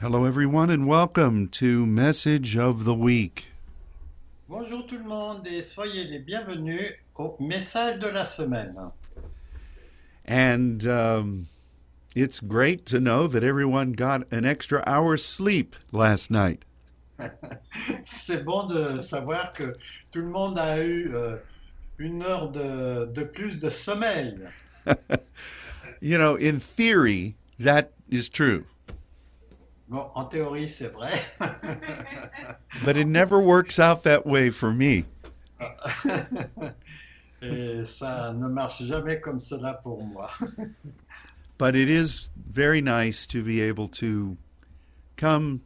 Hello, everyone, and welcome to Message of the Week. Bonjour tout le monde et soyez les bienvenus au message de la semaine. And um, it's great to know that everyone got an extra hour's sleep last night. C'est bon de savoir que tout le monde a eu euh, une heure de, de plus de sommeil. You know, in theory, that is true, Bon, en théorie, c'est vrai. but it never works out that way for me. et ça ne marche jamais comme cela pour moi. But it is very nice to be able to come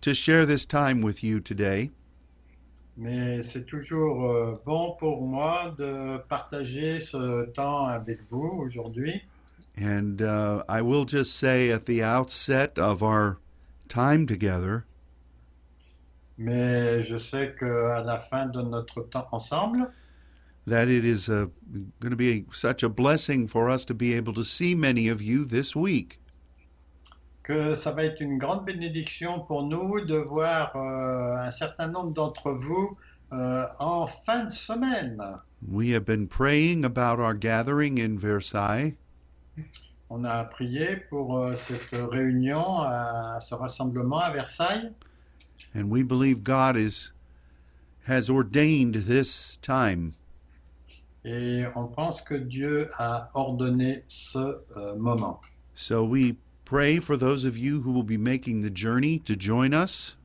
to share this time with you today. Mais c'est toujours euh, bon pour moi de partager ce temps avec vous aujourd'hui. And uh, I will just say at the outset of our time together, Mais je sais qu'à la fin de notre temps ensemble, that it is going to be such a blessing for us to be able to see many of you this week. que ça va être une grande bénédiction pour nous de voir euh, un certain nombre d'entre vous euh, en fin de semaine. We have been praying about our gathering in Versailles, On a prié pour euh, cette réunion, à- ce rassemblement à Versailles, and we believe God is has ordained this time. et on pense que Dieu a ordonné ce euh, moment. So we pray for those of you who will be making the journey to join us,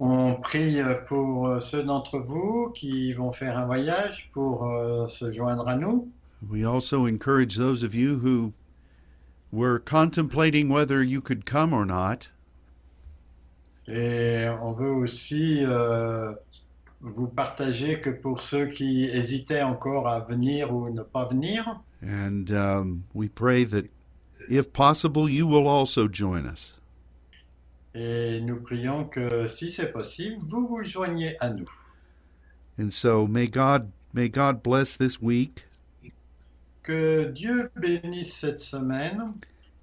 On prie euh, pour euh, ceux d'entre vous qui vont faire un voyage pour euh, se joindre à nous. We also encourage those of you who were contemplating whether you could come or not. Et on veut aussi euh, vous partager que pour ceux qui hésitaient encore à venir ou ne pas venir, And um, we pray that, if possible, you will also join us. et nous prions que si c'est possible, vous vous joignez à nous. And so may God may God bless this week Que Dieu bénisse cette semaine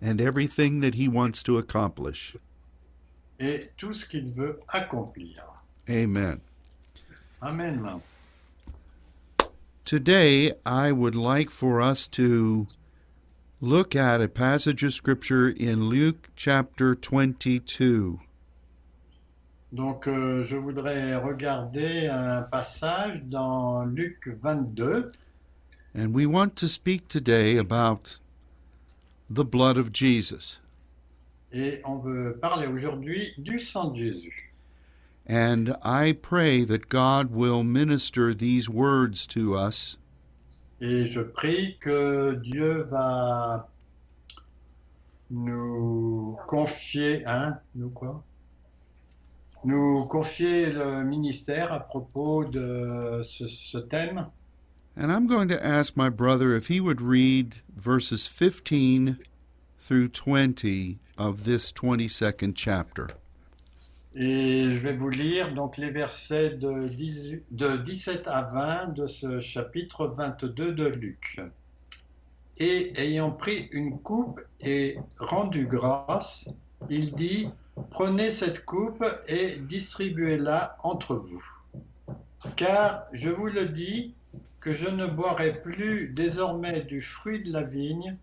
and everything that He wants to accomplish. et tout ce qu'il veut accomplir. Amen. Amen. Today, I would like for us to look at a passage of Scripture in Luke chapter 22. Donc euh, je voudrais regarder un passage dans Luc 22 And we want to speak today about the blood of Jesus. et on veut parler aujourd'hui du sang de Jésus. And I pray that God will minister these words to us Et je prie que Dieu va nous confier, hein, nous quoi Nous confier le ministère à propos de ce, ce thème. And I'm going to ask my brother if he would read verses 15 through 20 of this 22nd chapter. Et je vais vous lire donc les versets de, 18 de 17 à 20 de ce chapitre 22 de Luc. Et ayant pris une coupe et rendu grâce, il dit, Prenez cette coupe et distribuez-la entre vous. Car je vous le dis, que je ne boirai plus désormais du fruit de la vigne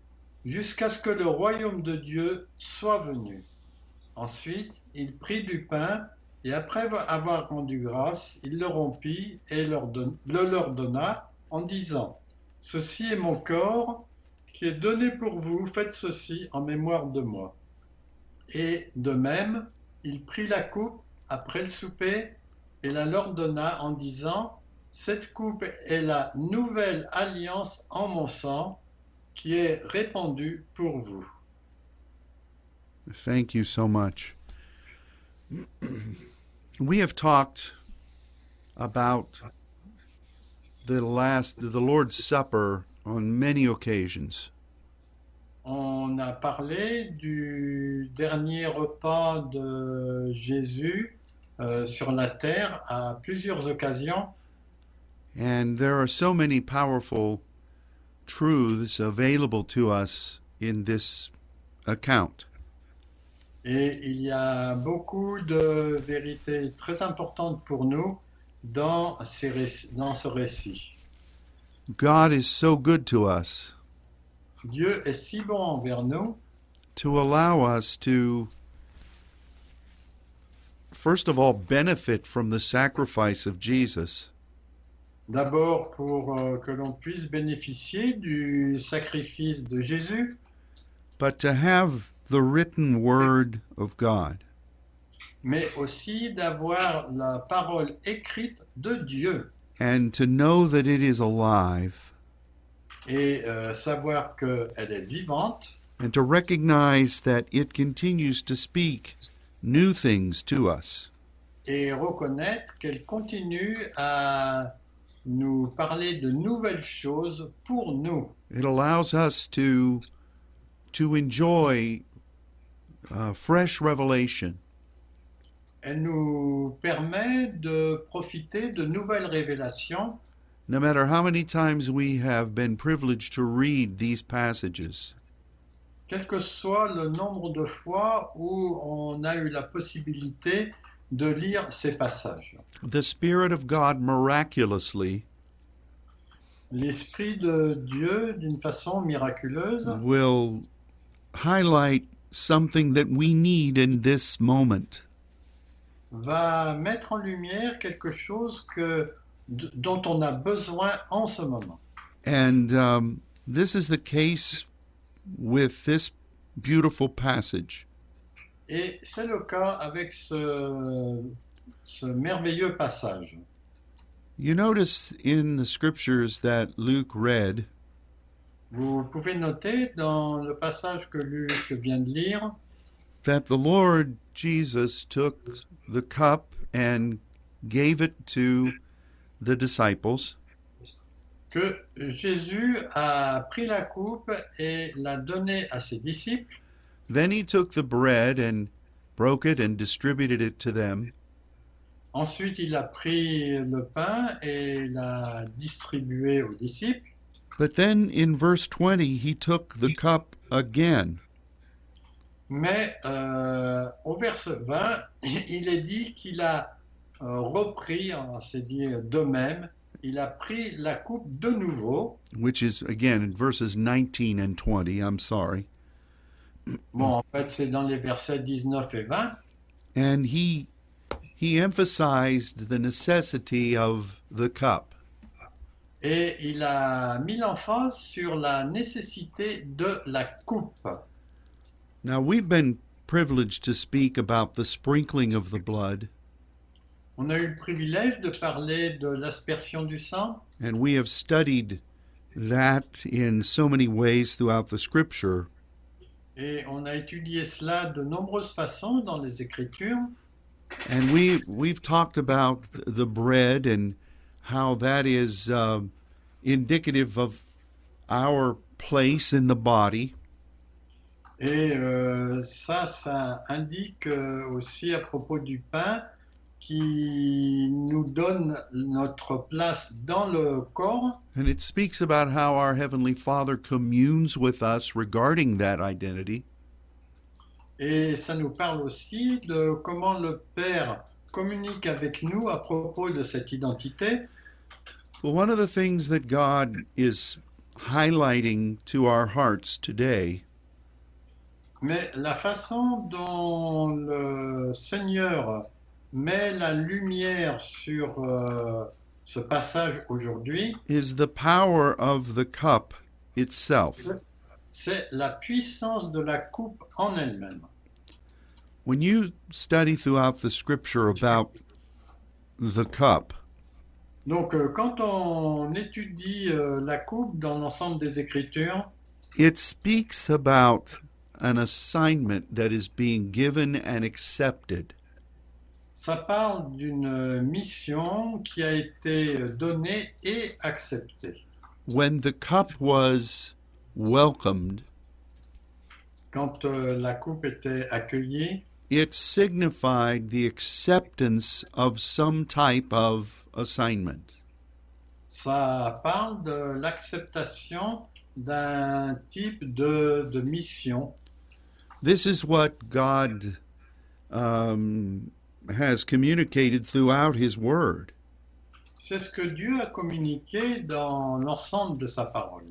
jusqu'à ce que le royaume de Dieu soit venu. Ensuite, il prit du pain, et après avoir rendu grâce, il le rompit et leur don- le leur donna en disant, Ceci est mon corps qui est donné pour vous, faites ceci en mémoire de moi. Et de même, il prit la coupe après le souper et la leur donna en disant, Cette coupe est la nouvelle alliance en mon sang qui est répandue pour vous. Thank you so much. we have talked about the last the Lord's Supper on many occasions. On a parlé du dernier repas de Jésus euh, sur la terre à plusieurs occasions And there are so many powerful truths available to us in this account. Et il y a beaucoup de vérités très importantes pour nous dans, ces réc- dans ce récit. God is so good to us Dieu est si bon envers nous to allow us to, first of all, benefit from the sacrifice of Jesus, D'abord pour euh, que l'on puisse bénéficier du sacrifice de Jésus, but to have the written word of God. mais aussi d'avoir la parole écrite de Dieu and to know that it is alive et euh, savoir qu'elle est vivante and to recognize that it continues to speak new things to us. et reconnaître qu'elle continue à nous parler de nouvelles choses pour nous. It allows us to to enjoy uh, fresh revelation. Elle nous permet de profiter de nouvelles révélations, No matter how many times we have been privileged to read these passages, quel que soit le nombre de fois où on a eu la possibilité de lire ces passages. the Spirit of God miraculously L'Esprit de Dieu, d'une façon miraculeuse, Mm. will highlight something that we need in this moment. va mettre en lumière quelque chose que, d- dont on a besoin en ce moment. And um, this is the case with this beautiful passage. Et c'est le cas avec ce, ce merveilleux passage. You notice in the scriptures that Luke read Vous pouvez noter dans le passage que Luc vient de lire that the Lord Jesus took the cup and gave it to the disciples, que Jésus a pris la coupe et l'a donnée à ses disciples, then he took the bread and broke it and distributed it to them, ensuite il a pris le pain et l'a distribué aux disciples, but then in verse 20 he took the cup again. mais euh, au verset 20, il est dit qu'il a euh, repris, on s'est dit de même, il a pris la coupe de nouveau. Which is again in verses 19 and 20, I'm sorry. Bon, en fait, c'est dans les versets 19 et 20. and he he emphasized the necessity of the cup Et il a mis l'emphase sur la nécessité de la coupe. now we've been privileged to speak about the sprinkling of the blood On a eu le privilège de parler de l'aspersion du sang and we have studied that in so many ways throughout the scripture et on a étudié cela de nombreuses façons dans les Écritures and we we've talked about the bread and how that is uh, indicative of our place in the body et euh, ça, ça indique euh, aussi à propos du pain qui nous donne notre place dans le corps and it speaks about how our heavenly father communes with us regarding that identity et ça nous parle aussi de comment le Père communique avec nous à propos de cette identité. Well, one of the things that God is highlighting to our hearts today Mais la façon dont le Seigneur met la lumière sur euh, ce passage aujourd'hui, is the power of the cup itself. c'est la puissance de la coupe en elle-même. When you study throughout the scripture about the cup, Donc euh, quand on étudie euh, la coupe dans l'ensemble des Écritures, it speaks about an assignment that is being given and accepted. ça parle d'une euh, mission qui a été euh, donnée et acceptée. When the cup was welcomed, Quand euh, la coupe était accueillie, it signified the acceptance of some type of assignment. Ça parle de l'acceptation d'un type de, de mission. This is what God um, has communicated throughout His Word. C'est ce que Dieu a communiqué dans l'ensemble de sa parole.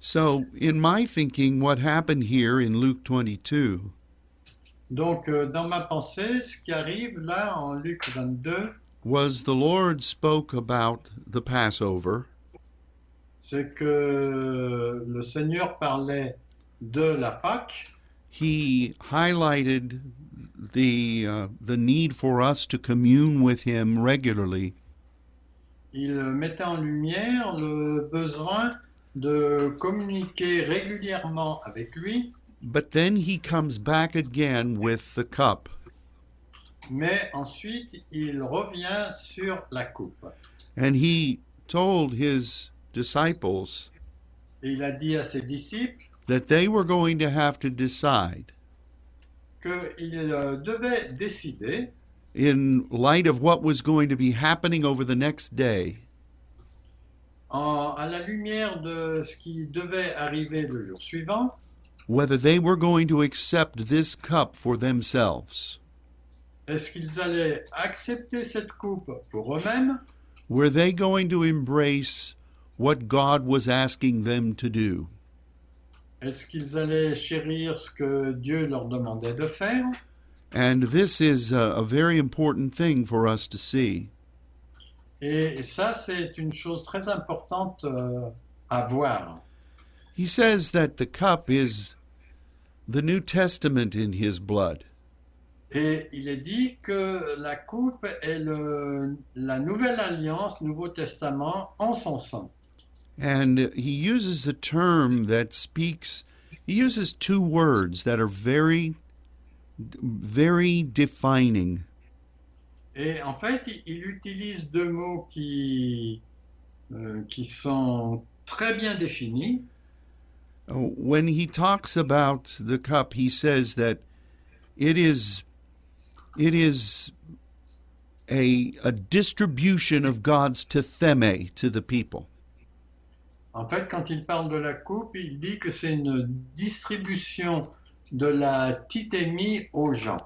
So, in my thinking, what happened here in Luke 22 Donc, euh, dans ma pensée, ce qui arrive là en Luc 22, was the Lord spoke about the Passover c'est que le Seigneur parlait de la Pâque. he highlighted the uh, the need for us to commune with him regularly Il mettait en lumière le besoin de communiquer régulièrement avec lui, but then he comes back again with the cup mais ensuite il revient sur la coupe. and he told his disciples Et il a dit à ses disciples that they were going to have to decide qu'ils devaient euh, décider, in light of what was going to be happening over the next day en- à la lumière de ce qui devait arriver le jour suivant, whether they were going to accept this cup for themselves est-ce qu'ils allaient accepter cette coupe pour eux-mêmes were they going to embrace what God was asking them to do Est-ce qu'ils allaient chérir ce que Dieu leur demandait de faire And this is a, a very important thing for us to see. Et ça, c'est une chose très importante euh, à voir. He says that the cup is the New Testament in his blood. Et il est dit que la coupe est le- la nouvelle alliance, Nouveau Testament, en son sang. And he uses a term that speaks, he uses two words that are very, very defining. Et en fait, il- il utilise deux mots qui, euh, qui sont très bien définis. Uh, When he talks about the cup, he says that it is, it is a, a distribution of God's tetheme to the people. En fait, quand il parle de la coupe, il dit que c'est une distribution de la titémie aux gens.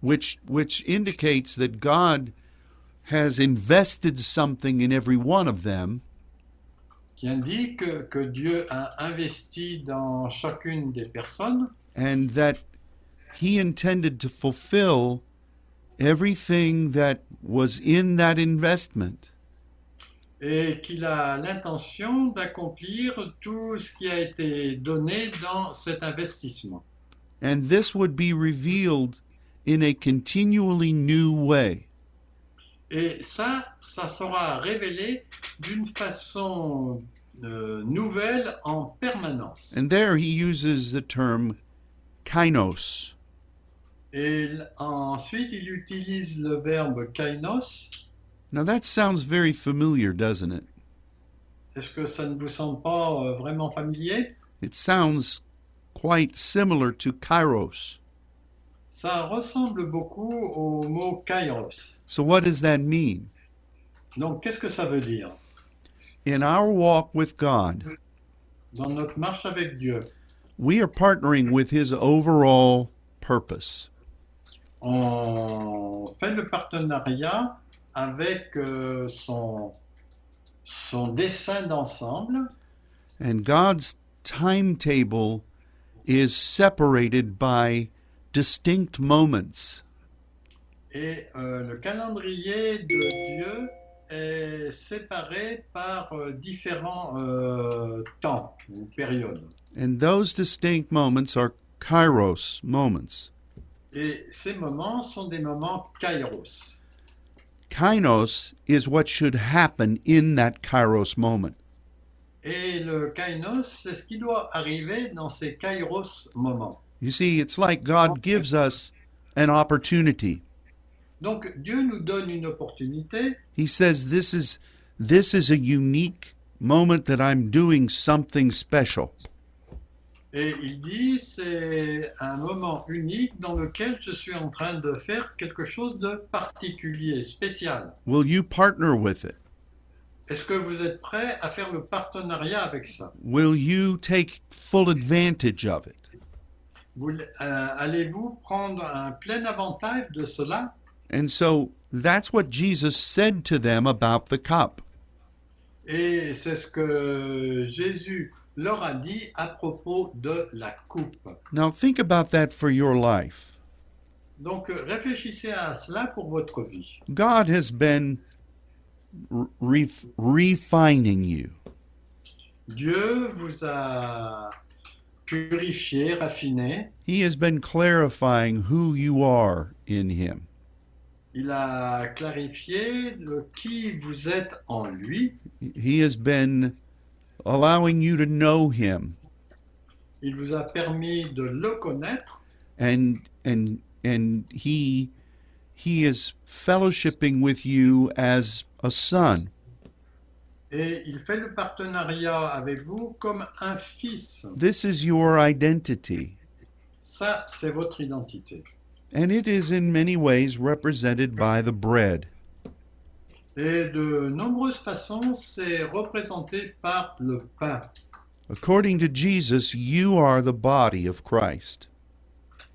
which which indicates that God has invested something in every one of them qui indique que Dieu a investi dans chacune des personnes and that he intended to fulfill everything that was in that investment. et qu'il a l'intention d'accomplir tout ce qui a été donné dans cet investissement. And this would be revealed in a continually new way. Et ça, ça sera révélé d'une façon euh, nouvelle en permanence. And there he uses the term kainos, Et l- ensuite, il utilise le verbe kainos. Now that sounds very familiar, doesn't it? Est-ce que ça ne vous semble pas euh, vraiment familier It sounds quite similar to kairos. Ça ressemble beaucoup au mot kairos. So what does that mean? Donc, qu'est-ce que ça veut dire In our walk with God, Dans notre marche avec Dieu, we are partnering with His overall purpose. on fait le partenariat avec euh, son, son dessein d'ensemble And God's timetable is separated by distinct moments. et euh, le calendrier de Dieu est séparé par euh, différents euh, temps ou périodes. And those distinct moments are kairos moments. Et ces moments sont des moments kairos. Kainos is what should happen in that kairos moment. Et le kainos, c'est ce qui doit arriver dans ces kairos moments. You see, it's like God gives us an opportunity. Donc Dieu nous donne une opportunité He says, This is, this is a unique moment that I'm doing something special. Et il dit, c'est un moment unique dans lequel je suis en train de faire quelque chose de particulier, spécial. Will you partner with it? Est-ce que vous êtes prêt à faire le partenariat avec ça Will you take full advantage of it? Vous, euh, allez-vous prendre un plein avantage de cela And so that's what Jesus said to them about the cup. Et c'est ce que Jésus leur a dit à propos de la coupe. Now think about that for your life. Donc euh, réfléchissez à cela pour votre vie. God has been re- refining you. Dieu vous a purifié, raffiné. He has been clarifying who you are in Him. Il a clarifié le qui vous êtes en lui. He has been allowing you to know Him Il vous a permis de le connaître and and and he he is fellowshipping with you as a son et il fait le partenariat avec vous comme un fils. this is your identity Ça, c'est votre identité. and it is in many ways represented by the bread Et de nombreuses façons, c'est représenté par le pain. according to jesus you are the body of christ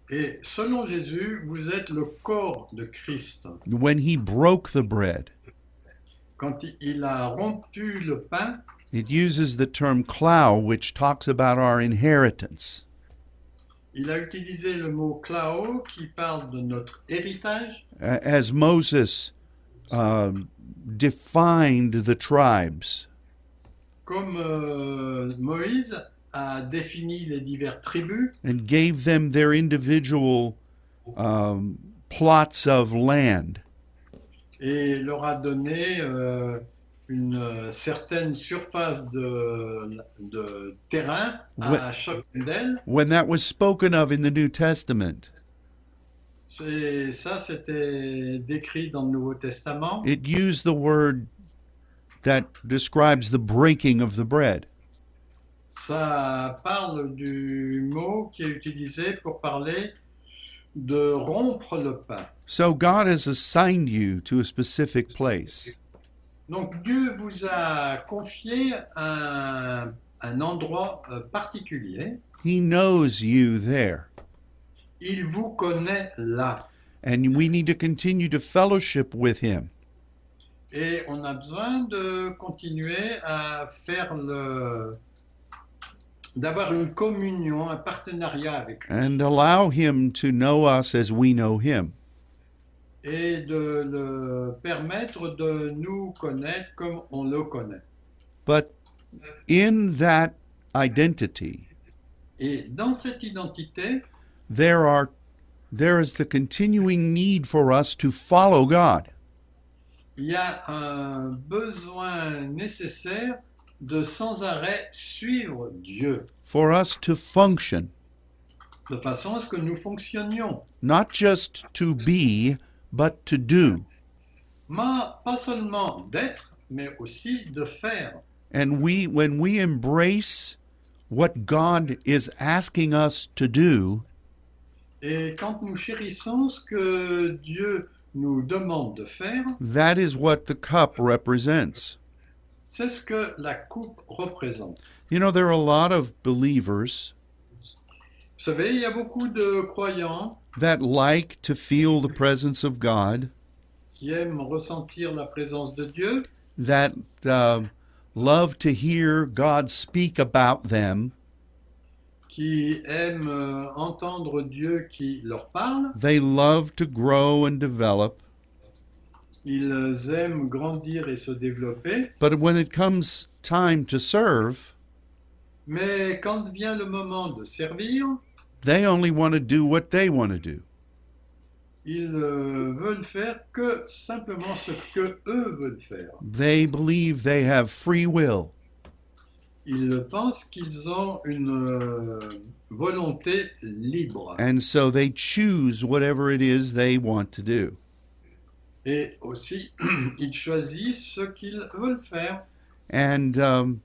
Et selon Jésus, vous êtes le corps de Christ. when he broke the bread Quand il a rompu le pain, it uses the term clow which talks about our inheritance il a utilisé le mot klao qui parle de notre héritage, A- as moses uh, defined the tribes comme euh, Moïse a défini les diverses tribus and gave them their individual um, plots of land. et leur a donné euh, une euh, certaine surface de, de terrain à Ouais. chacune d'elles. When that was spoken of in the New Testament, Et ça, c'était décrit dans le Nouveau Testament. it used the word that describes the breaking of the bread. Ça parle du mot qui est utilisé pour parler de rompre le pain. So God has assigned you to a specific place. Donc Dieu vous a confié un, un endroit euh, particulier. He knows you there. Il vous connaît là. And we need to continue to fellowship with Him. Et on a besoin de continuer à faire le... d'avoir une communion, un partenariat avec lui. And allow Him to know us as we know Him. et de le permettre de nous connaître comme on le connaît. But in that identity, Et dans cette identité, there are there is the continuing need for us to follow God. il y a un besoin nécessaire de sans arrêt suivre Dieu, For us to function, de façon à ce que nous fonctionnions. not just to be, but to do. Ma- pas seulement d'être, mais aussi de faire. And we when we embrace what God is asking us to do, Et quand nous chérissons ce que Dieu nous demande de faire, that is what the cup represents. c'est ce que la coupe représente. You know, there are a lot of believers Vous savez, il y a beaucoup de croyants that like to feel the presence of God, qui aiment ressentir la présence de Dieu, that uh, love to hear God speak about them. qui aiment euh, entendre Dieu qui leur parle. They love to grow and develop, Ils aiment grandir et se développer. but when it comes time to serve, Mais quand vient le moment de servir, they only want to do what they want to do. ils euh, veulent faire que simplement ce que eux veulent faire. They believe they have free will. Ils pensent qu'ils ont une euh, volonté libre. And so they choose whatever it is they want to do. Et aussi, ils choisissent ce qu'ils veulent faire. And um,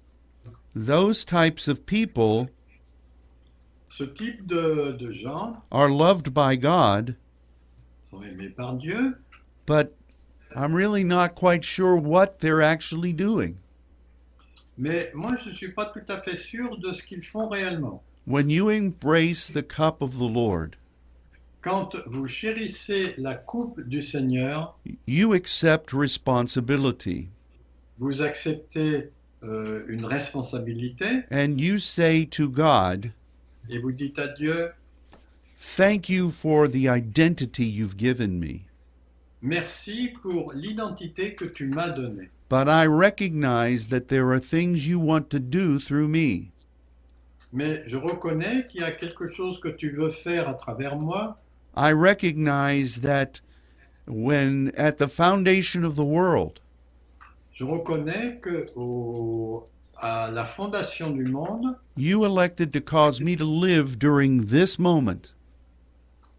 those types of people Ce type de, de gens are loved by God, sont aimés par Dieu, but I'm really not quite sure what they're actually doing. Mais moi, je ne suis pas tout à fait sûr de ce qu'ils font réellement. When you embrace the cup of the Lord, Quand vous chérissez la coupe du Seigneur, you accept responsibility vous acceptez euh, une responsabilité and you say to God, et vous dites à Dieu, Thank you for the identity you've given me, merci pour l'identité que tu m'as donnée. but I recognize that there are things you want to do through me. Mais je reconnais qu'il y a quelque chose que tu veux faire à travers moi. I recognize that when at the foundation of the world, Je reconnais que au- à la fondation du monde, you elected to cause me to live during this moment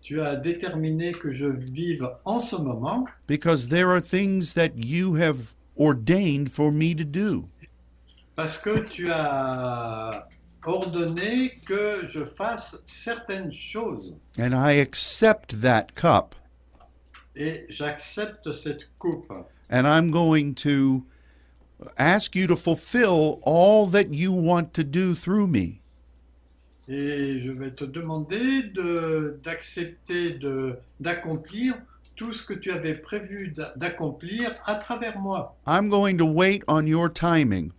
tu as déterminé que je vive en ce moment because there are things that you have ordained for me to do. parce que tu as ordonné que je fasse certaines choses. And I accept that cup Et j'accepte cette coupe. and I'm going to ask you to fulfill all that you want to do through me. Et je vais te demander de- d'accepter de- d'accomplir tout ce que tu avais prévu d'a- d'accomplir à travers moi. I'm going to wait on your timing.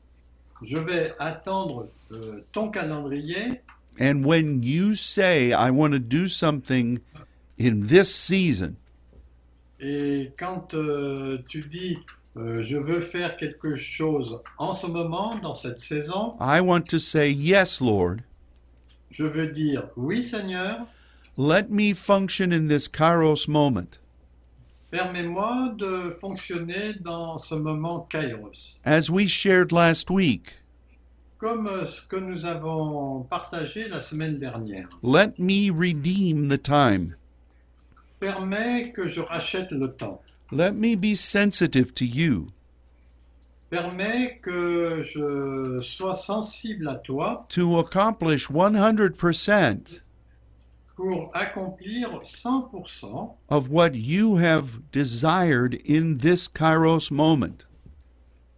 Je vais attendre euh, ton calendrier And when you say, I want to do something in this season, et quand euh, tu dis euh, je veux faire quelque chose en ce moment, dans cette saison, I want to say, Yes, Lord, je veux dire oui Seigneur, let me function in this Kairos moment permets-moi de fonctionner dans ce moment Kairos. As we shared last week, Comme euh, ce que nous avons partagé la semaine dernière. let me redeem the time. Permets que je rachète le temps. Let me be sensitive to you, Permets que je sois sensible à toi to accomplish 100% pour accomplir 100% of what you have desired in this Kairos moment.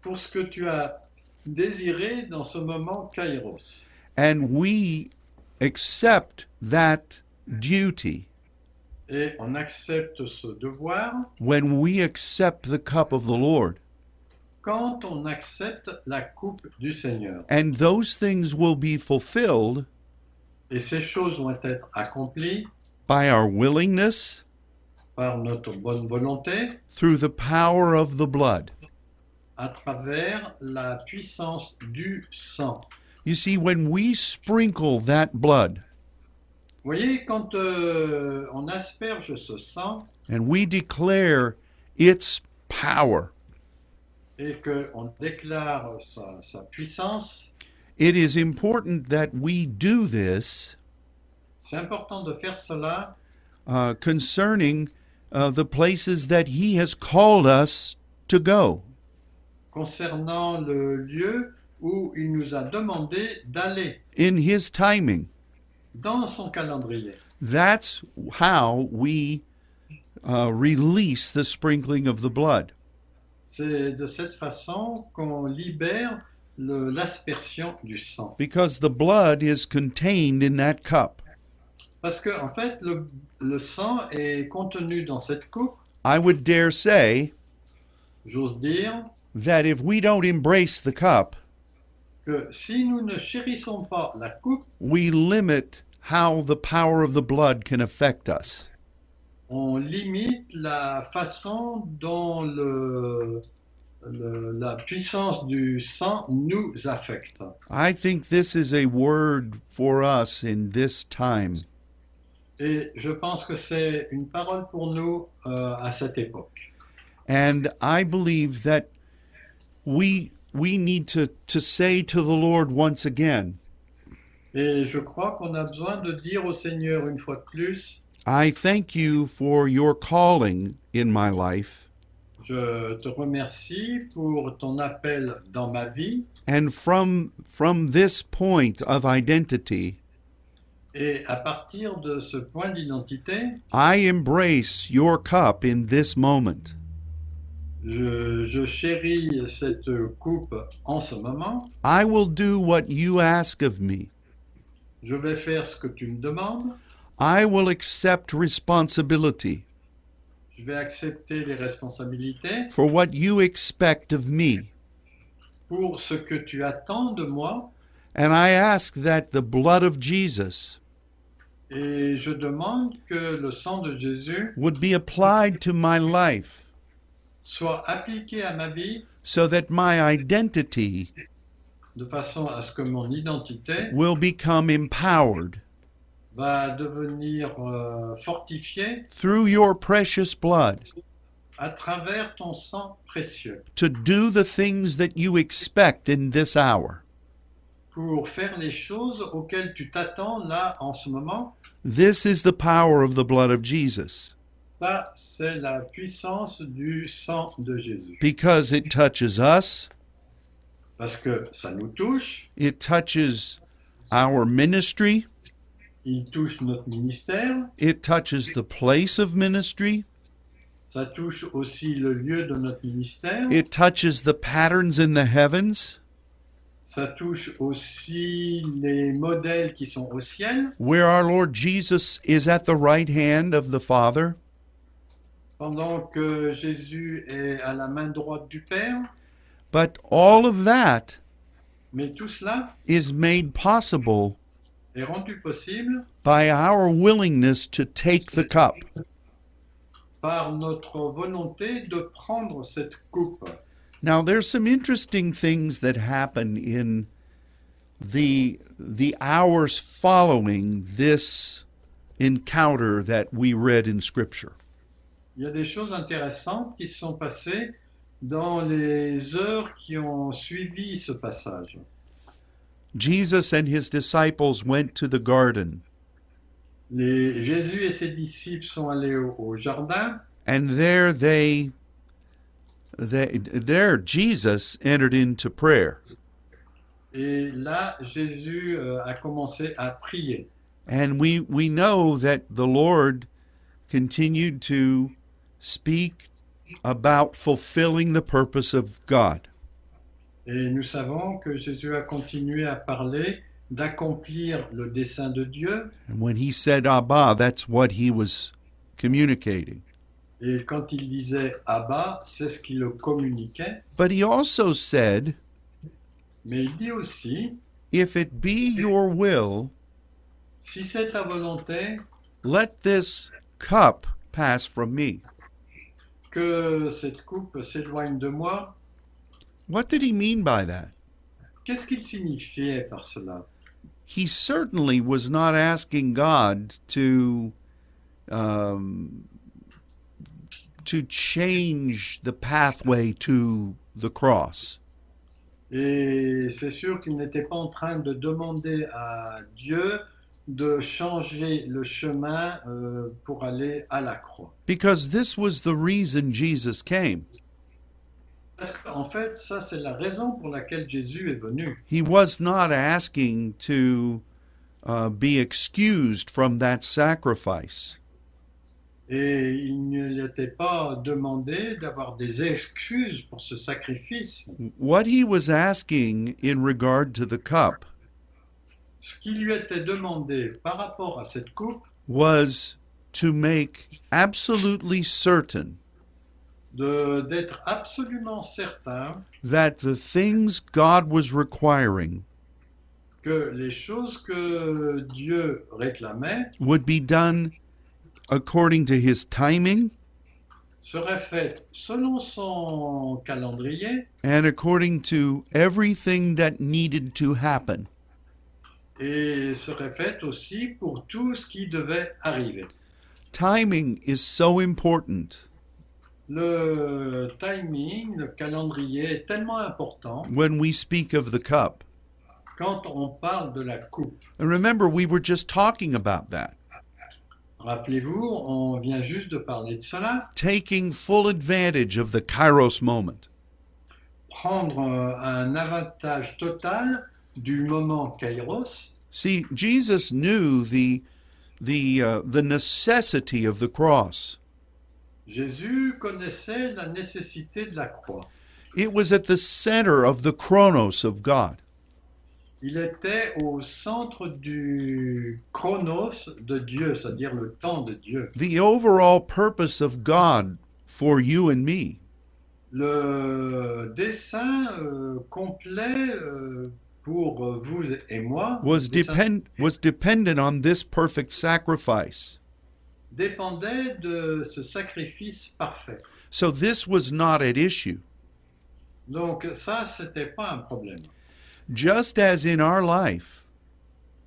pour ce que tu as désiré dans ce moment Kairos. And we accept that duty Et on accepte ce devoir when we accept the cup of the Lord. quand on accepte la coupe du Seigneur. And those things will be fulfilled Et ces choses vont être accomplies by our willingness par notre bonne volonté through the power of the blood. à travers la puissance du sang. You see, when we sprinkle that blood, Vous voyez, quand euh, on asperge ce sang, and we declare its power. et qu'on déclare sa, sa puissance, It is important that we do this c'est important de faire cela uh, concerning uh, the places that He has called us to go. concernant le lieu où il nous a demandé d'aller In His timing, dans son calendrier. that's how we uh, release the sprinkling of the blood. C'est de cette façon qu'on libère le- l'aspersion du sang. Because the blood is contained in that cup. Parce que, en fait, le, le sang est contenu dans cette coupe. I would dare say J'ose dire that if we don't embrace the cup, que si nous ne chérissons pas la coupe, we limit how the power of the blood can affect us. on limite la façon dont le- le- la puissance du sang nous affecte. I think this is a word for us in this time. Et je pense que c'est une parole pour nous euh, à cette époque. And I believe that we we need to, to say to the Lord once again, Et je crois qu'on a besoin de dire au Seigneur une fois de plus, I thank you for your calling in my life je te remercie pour ton appel dans ma vie. and from from this point of identity Et à partir de ce point d'identité, I embrace your cup in this moment je, je chéris cette coupe en ce moment. I will do what you ask of me Je vais faire ce que tu me demandes. I will accept responsibility Je vais accepter les responsabilités for what you expect of me. pour ce que tu attends de moi And I ask that the blood of Jesus et je demande que le sang de Jésus would be applied to my life soit appliqué à ma vie so that my identity de façon à ce que mon identité will become empowered va devenir euh, fortifiée through your precious blood à travers ton sang précieux to do the things that you expect in this hour. pour faire les choses auxquelles tu t'attends là en ce moment. This is the power of the blood of Jesus Ça, c'est la puissance du sang de Jésus. because it touches us, Parce que ça nous touche, it touches our ministry, il touche notre ministère, it touches the place of ministry, ça touche aussi le lieu de notre ministère, it touches the patterns in the heavens. ça touche aussi les modèles qui sont au ciel. where our Lord Jesus is at the right hand of the Father, Pendant que Jésus est à la main droite du Père, but all of that mais tout cela is made possible est rendu possible by our willingness to take the cup. par notre volonté de prendre cette coupe. Now there's some interesting things that happen in the the hours following this encounter that we read in scripture. Il y a des choses intéressantes qui se sont passées dans les heures qui ont suivi ce passage. Jesus and his disciples went to the garden Les- Jésus et ses disciples sont allés au, au jardin and there they, they there Jesus entered into prayer. et là Jésus euh, a commencé à prier. And we, we know that the Lord continued to speak about fulfilling the purpose of God. Et nous savons que Jésus a continué à parler d'accomplir le dessein de Dieu. And when he said Abba, that's what he was communicating. Et quand il disait Abba, c'est ce qu'il le communiquait. But he also said, Mais il dit aussi, If it be your will, si c'est ta volonté, let this cup pass from me. que cette coupe s'éloigne de moi, What did he mean by that? Qu'est-ce qu'il signifiait par cela He certainly was not asking God to um, to change the pathway to the cross. Et c'est sûr qu'il n'était pas en train de demander à Dieu de changer le chemin euh, pour aller à la croix. Because this was the reason Jesus came. Parce qu'en fait, ça, c'est la raison pour laquelle Jésus est venu. He was not asking to uh, be excused from that sacrifice. Et il ne lui était pas demandé d'avoir des excuses pour ce sacrifice. What he was asking in regard to the cup Ce qui lui était demandé par rapport à cette coupe, was to make absolutely certain de- d'être absolument certain that the things God was requiring que les choses que Dieu réclamait would be done according to his timing serait faite selon son calendrier and according to everything that needed to happen. et serait faite aussi pour tout ce qui devait arriver. Timing is so important Le timing, le calendrier est tellement important when we speak of the cup. quand on parle de la coupe. And remember, we were just talking about that, Rappelez-vous, on vient juste de parler de cela, taking full advantage of the kairos moment. prendre euh, un avantage total du moment Kairos. See, Jesus knew the the uh, the necessity of the cross. Jésus connaissait la nécessité de la croix. It was at the center of the chronos of God. il était au centre du chronos de Dieu, c'est-à-dire le temps de Dieu. the overall purpose of God for you and me. Le dessin euh, complet euh, pour euh, vous et moi was le dessein depend was dependent on this perfect sacrifice. dépendait de ce sacrifice parfait. So this was not at issue. Donc ça, c'était pas un problème. Just as in our life,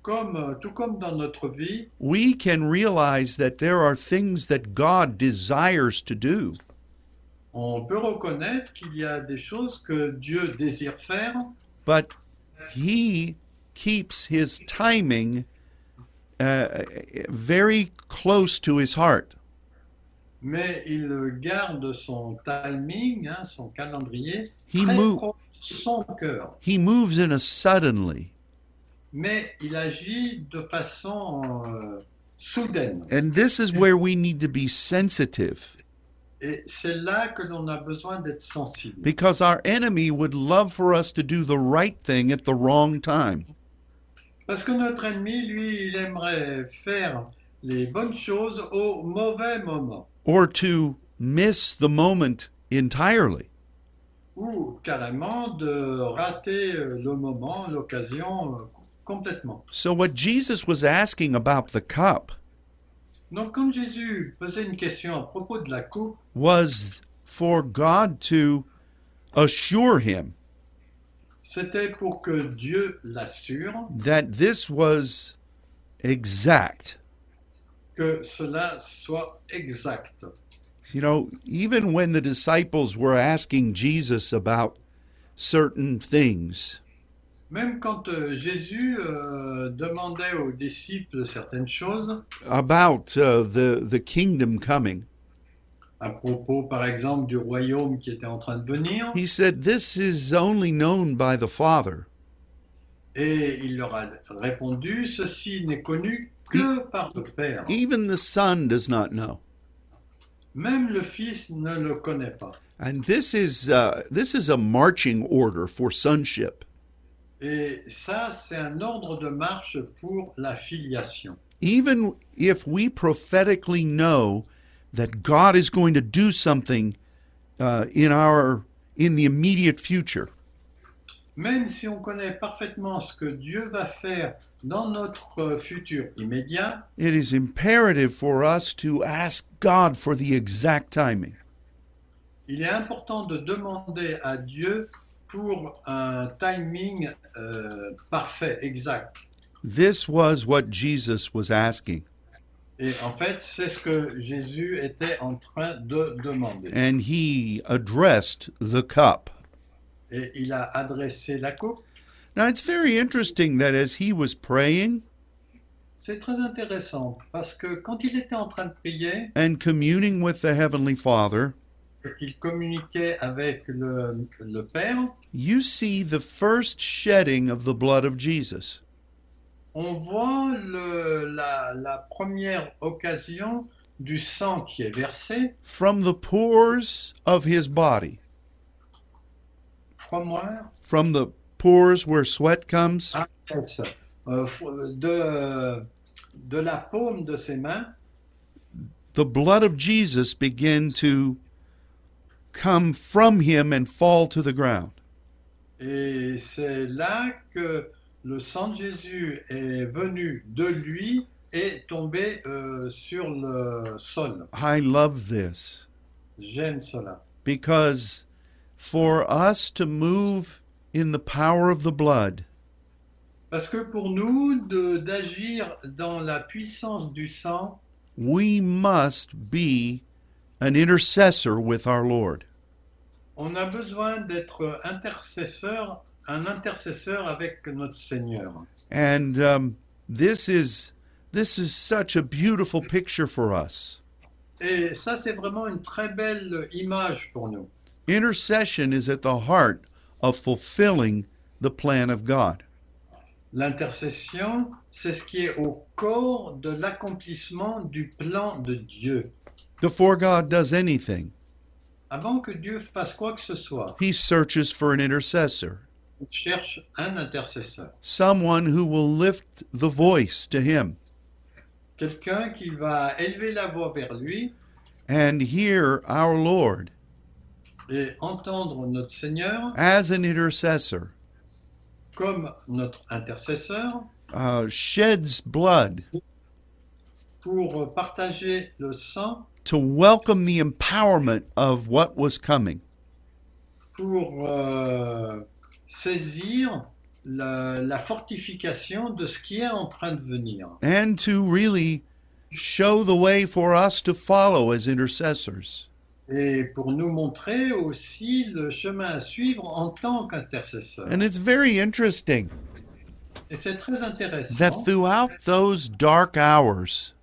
Comme, euh, tout comme dans notre vie, we can realize that there are things that God desires to do, on peut reconnaître qu'il y a des choses que Dieu désire faire, but he keeps his timing uh, very close to his heart. mais il garde son timing, hein, son calendrier, He très move- proche de son cœur. He moves in a suddenly, Mais il agit de façon euh, soudaine. and this is where we need to be sensitive Et c'est là que l'on a besoin d'être sensible. because our enemy would love for us to do the right thing at the wrong time. Parce que notre ennemi, lui, il aimerait faire les bonnes choses au mauvais moment, or to miss the moment entirely. ou carrément de rater euh, le moment, l'occasion euh, complètement. So, what Jesus was asking about the cup Donc comme Jésus posait une question à propos de la coupe, was for God to assure him c'était pour que Dieu l'assure that this was exact. que cela soit exact. You know, even when the disciples were asking Jesus about certain things, Même quand euh, Jésus euh, demandait aux disciples certaines choses, about uh, the, the kingdom coming, à propos par exemple du royaume qui était en train de venir, he said, This is only known by the Father. et il leur a répondu, ceci n'est connu que par le Père. Even the Son does not know. Même le Fils ne le connaît pas. And this is uh, this is a marching order for sonship. Et ça, c'est un ordre de marche pour la filiation. Even if we prophetically know that God is going to do something uh, in our in the immediate future, Même si on connaît parfaitement ce que Dieu va faire dans notre euh, futur immédiat, it is imperative for us to ask God for the exact timing. Il est important de demander à Dieu pour un timing euh, parfait, exact. This was what Jesus was asking, Et en fait, c'est ce que Jésus était en train de demander. and he addressed the cup. Et il a adressé la coupe. Now it's very interesting that as he was praying C'est très intéressant parce que quand il était en train de prier, and communing with the heavenly Father, il communiquait avec le, le Père. you see the first shedding of the blood of Jesus. On voit le- la- la première occasion du sang qui est versé, From the pores of his body, froid from the pores where sweat comes, Ah, yes. Euh, de, de la paume de ses mains, the blood of Jesus began to come from him and fall to the ground. et c'est là que le sang de Jésus est venu de lui et tombé euh, sur le sol. I love this J'aime cela. because for us to move in the power of the blood, Parce que pour nous, de- d'agir dans la puissance du sang, we must be an intercessor with our Lord. on a besoin d'être intercesseur, un intercesseur avec notre Seigneur. and um, this is this is such a beautiful picture for us Et ça, c'est vraiment une très belle image pour nous. intercession is at the heart of fulfilling the plan of god L'intercession, c'est ce qui est au corps de l'accomplissement du plan de Dieu. before god does anything Avant que Dieu fasse quoi que ce soit, he searches for an intercessor cherche un intercesseur, someone who will lift the voice to him. quelqu'un qui va élever la voix vers lui And here, our Lord, et entendre notre Seigneur as an intercessor, comme notre intercesseur uh, sheds blood pour partager le sang, to welcome the empowerment of what was coming. pour euh, saisir la, la fortification de ce qui est en train de venir and to really show the way for us to follow as intercessors. et pour nous montrer aussi le chemin à suivre en tant qu'intercesseur. And it's very interesting Et c'est très that intéressant throughout those dark hours,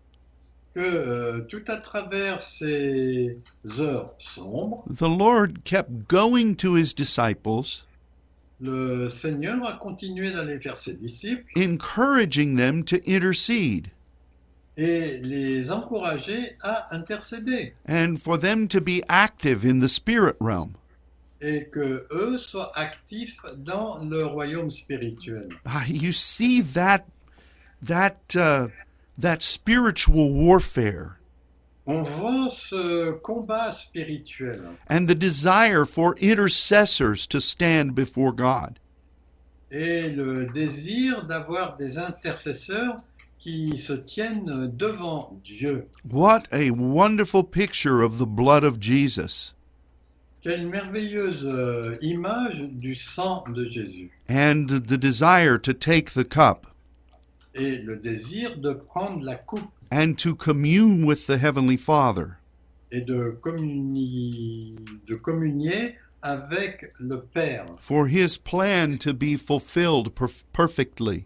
que euh, tout à travers ces heures sombres, the Lord kept going to his disciples, le Seigneur a continué d'aller vers ses disciples encouraging them to intercede et les encourager à intercéder and for them to be active in the spirit realm. et que eux soient actifs dans le royaume spirituel. Ah, You see that that uh, that spiritual warfare On voit ce combat spirituel and the desire for intercessors to stand before God. et le désir d'avoir des intercesseurs qui se tiennent devant Dieu. What a wonderful picture of the blood of Jesus Quelle merveilleuse euh, image du sang de Jésus and the desire to take the cup et le désir de prendre la coupe and to commune with the Heavenly Father. et de, communi- de communier avec le Père For his plan to be fulfilled per- perfectly.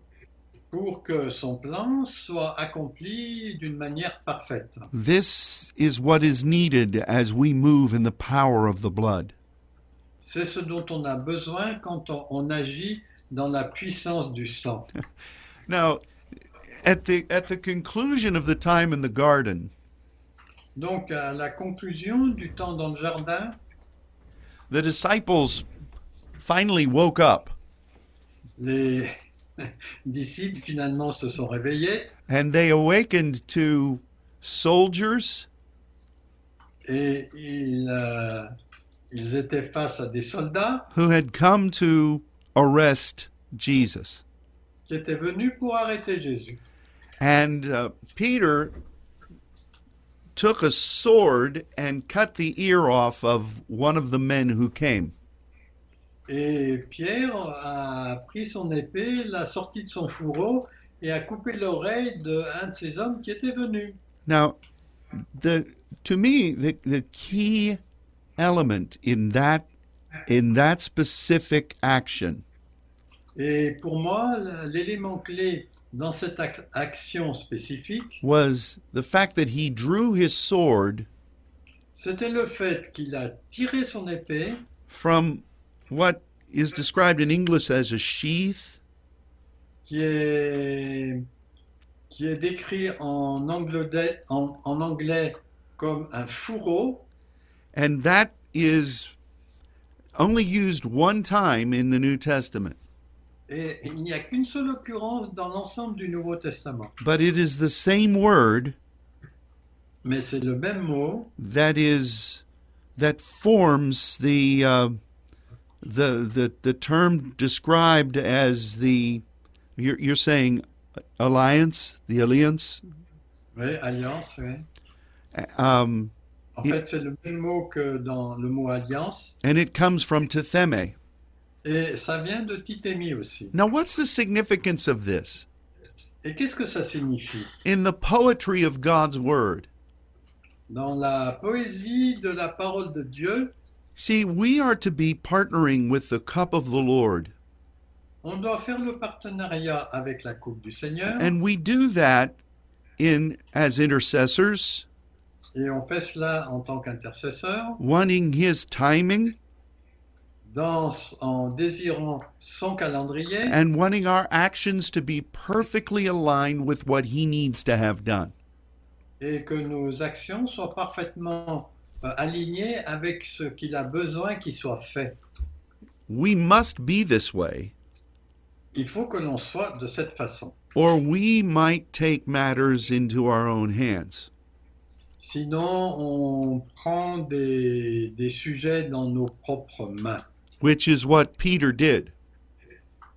pour que son plan soit accompli d'une manière parfaite. This is what is needed as we move in the power of the blood. C'est ce dont on a besoin quand on- on agit dans la puissance du sang. Now, at the, at the conclusion of the time in the garden, Donc à la conclusion du temps dans le jardin, the disciples finally woke up les disciples finalement se sont réveillés and they awakened to soldiers et ils, euh, ils étaient face à des soldats who had come to arrest Jesus. qui étaient venus pour arrêter Jésus. And uh, Peter took a sword and cut the ear off of one of the men who came. Et Pierre a pris son épée, l'a sortie de son fourreau et a coupé l'oreille d'un de ces hommes qui était venu. Now, the to me the, the key element in that in that specific action Et pour moi, l'élément clé dans cette ac- action spécifique, was the fact that he drew his sword c'était le fait qu'il a tiré son épée from what is described in English as a sheath qui est, qui est décrit en anglais, en, en anglais comme un fourreau, And that is only used one time in the New Testament, et il n'y a qu'une seule occurrence dans l'ensemble du Nouveau Testament. but it is the same word Mais c'est le même mot that is that forms the uh, the, the the term described as the you're, you're saying alliance, the alliance. oui, alliance. oui. Um, En Et- fait, c'est le même mot que dans le mot alliance, and it comes from tetheme. et ça vient de titémie aussi. Now, what's the significance of this Et qu'est-ce que ça signifie in the poetry of God's word? Dans la poésie de la parole de Dieu, See, we are to be partnering with the cup of the Lord. on doit faire le partenariat avec la Coupe du Seigneur, And we do that in as intercessors, et on fait cela en tant qu'intercesseur. wanting his timing dans, en désirant son calendrier and wanting our actions to be perfectly aligned with what he needs to have done. et que nos actions soient parfaitement euh, alignées avec ce qu'il a besoin qu'il soit fait. We must be this way, Il faut que l'on soit de cette façon. or we might take matters into our own hands. Sinon, on prend des, des sujets dans nos propres mains. which is what Peter did.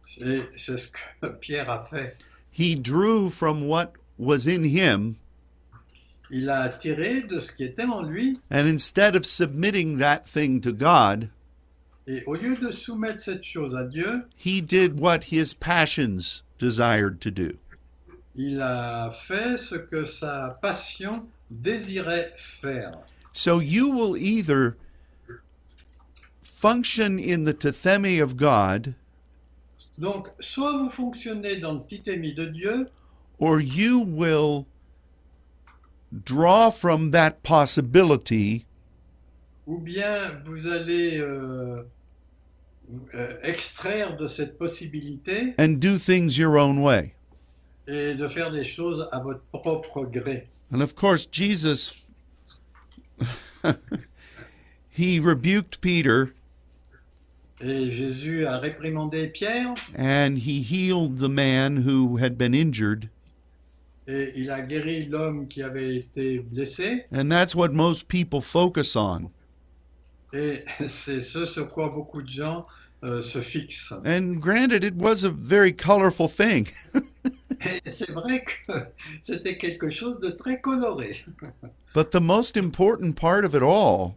C'est c'est ce que Pierre a fait. He drew from what was in him, Il a tiré de ce qui était en lui, and instead of submitting that thing to God, et au lieu de soumettre cette chose à Dieu, he did what his passions desired to do. il a fait ce que sa passion désirait faire. So you will either function in the tetheme of God, Donc, soit vous fonctionnez dans le petit émis de Dieu, or you will draw from that possibility ou bien vous allez euh, euh, extraire de cette possibilité and do things your own way. et de faire des choses à votre propre gré. And of course, Jesus, he rebuked Peter Et Jésus a réprimandé Pierre and he healed the man who had been injured. et il a guéri l'homme qui avait été blessé. And that's what most people focus on. Et c'est ce sur quoi beaucoup de gens euh, se fixent. And granted, it was a very colorful thing. Et c'est vrai que c'était quelque chose de très coloré. But the most important part of it all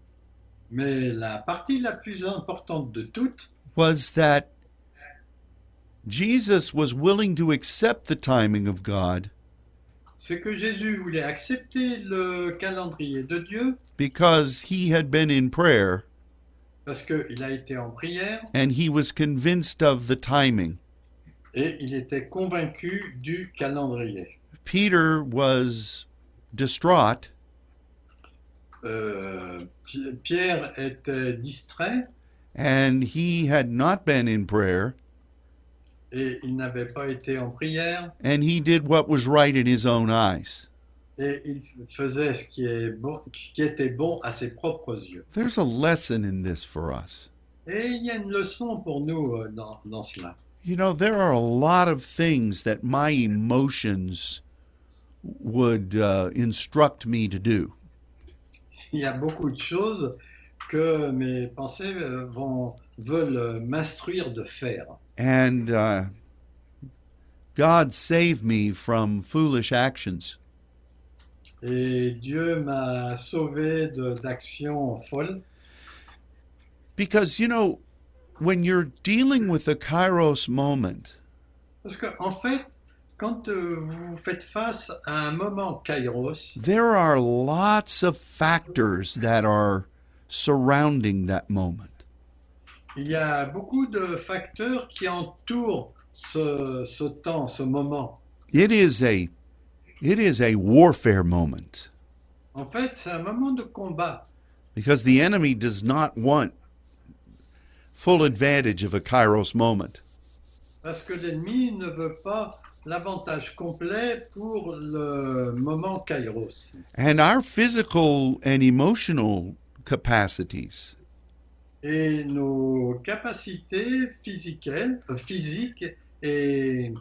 Mais la partie la plus importante de toutes, was that Jesus was willing to accept the timing of God c'est que Jésus voulait accepter le calendrier de Dieu because he had been in prayer parce qu'il a été en prière and he was convinced of the timing. et il était convaincu du calendrier. Peter was distraught Euh, Pi- Pierre était distrait and he had not been in prayer et il n'avait pas été en prière and he did what was right in his own eyes. et il faisait ce qui, est bon, qui était bon à ses propres yeux. There's a lesson in this for us. Et il y a une leçon pour nous euh, dans, dans cela. You know, there are a lot of things that my emotions would uh, instruct me to do. Il y a beaucoup de choses que mes pensées euh, vont, veulent euh, m'instruire de faire. And uh, God save me from foolish actions. Et Dieu m'a sauvé de- d'actions folles. Because, you know, when you're dealing with a kairos moment, Parce que, en fait, quand euh, vous faites face à un moment kairos, there are lots of factors that are surrounding that moment. il y a beaucoup de facteurs qui entourent ce, ce temps, ce moment. It is a it is a warfare moment En fait, c'est un moment de combat. because the enemy does not want full advantage of a kairos moment. Parce que l'ennemi ne veut pas l'avantage complet pour le moment kairos. And our physical and emotional capacities Et nos capacités physiques, euh, physiques et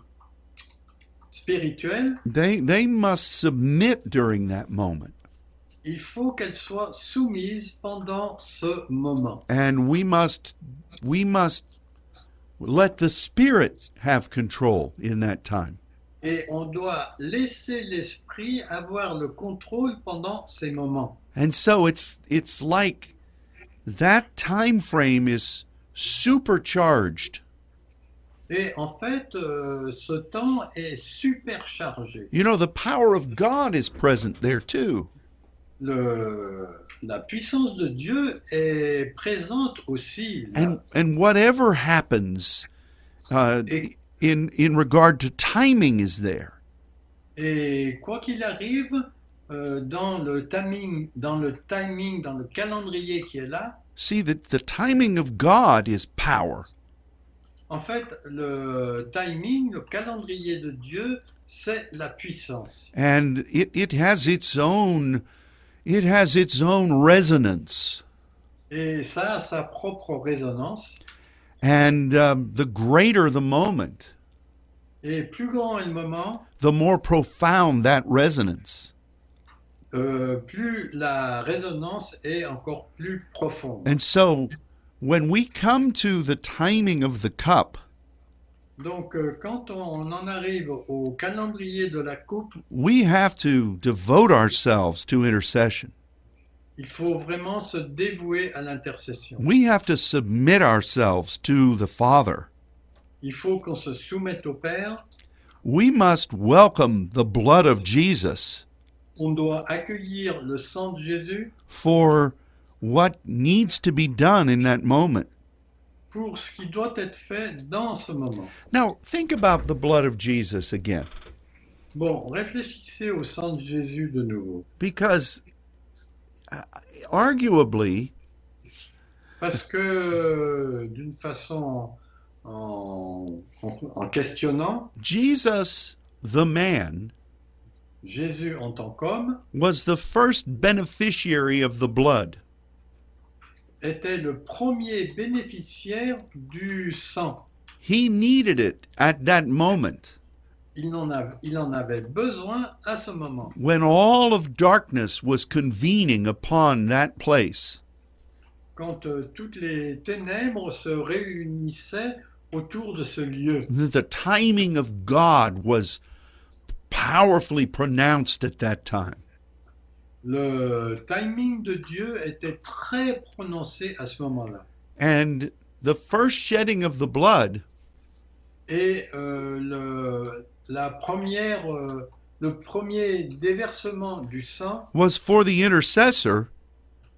spirituelles, they they must submit during that moment. il faut qu'elles soient soumises pendant ce moment. And we must we must let the spirit have control in that time. Et on doit laisser l'esprit avoir le contrôle pendant ces moments. And so it's it's like that time frame is supercharged. Et en fait, euh, ce temps est superchargé. You know, the power of God is present there too. Le, la puissance de Dieu est présente aussi. là. And and whatever happens uh, Et- in in regard to timing is there. Et quoi qu'il arrive, euh, dans le timing, dans le timing, dans le calendrier qui est là, See that the timing of God is power. en fait, le timing, le calendrier de Dieu, c'est la puissance. And it, it has its own it has its own resonance. Et ça a sa propre résonance. And um, the greater the moment, Et plus grand est le moment, the more profound that resonance. euh, plus la résonance est encore plus profonde. And so when we come to the timing of the cup, Donc euh, quand on en arrive au calendrier de la coupe, we have to devote ourselves to intercession. il faut vraiment se dévouer à l'intercession. We have to submit ourselves to the Father. Il faut qu'on se soumette au Père, We must welcome the blood of Jesus on doit accueillir le sang de Jésus for what needs to be done in that moment. pour ce qui doit être fait dans ce moment. Now, think about the blood of Jesus again, Bon, réfléchissez au sang de Jésus de nouveau. because uh, arguably, Parce que euh, d'une façon en, en- en questionnant, Jesus, the man, Jésus en tant qu'homme was the first beneficiary of the blood. était le premier bénéficiaire du sang. He needed it at that moment Il en, a- il en avait besoin à ce moment, when all of darkness was convening upon that place. quand euh, toutes les ténèbres se réunissaient autour de ce lieu. The timing of God was powerfully pronounced at that time. Le timing de Dieu était très prononcé à ce moment-là. And the first shedding of the blood Et euh, le, la première, euh, le premier déversement du sang was for the intercessor,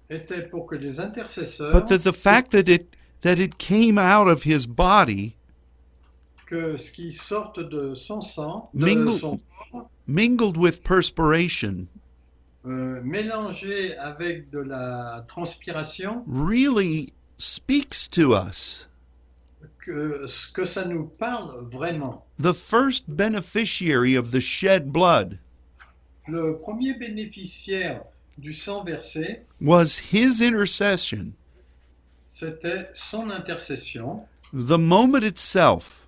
était pour que les intercesseurs, but that the fact that it that it came out of his body que ce qui sorte de son sang, de Mingle- son corps, mingled with perspiration euh, mélangé avec de la transpiration, really speaks to us. que ce que ça nous parle vraiment. The first beneficiary of the shed blood Le premier bénéficiaire du sang versé, was his intercession, c'était son intercession, the moment itself,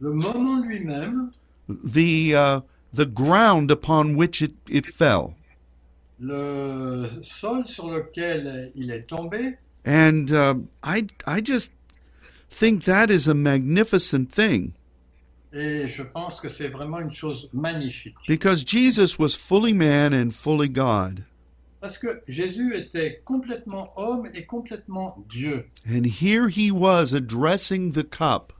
le moment lui-même, the uh, the ground upon which it, it fell. le sol sur lequel il est tombé. And uh, I I just think that is a magnificent thing Et je pense que c'est vraiment une chose magnifique. because Jesus was fully man and fully God, Parce que Jésus était complètement homme et complètement Dieu. and here he was addressing the cup,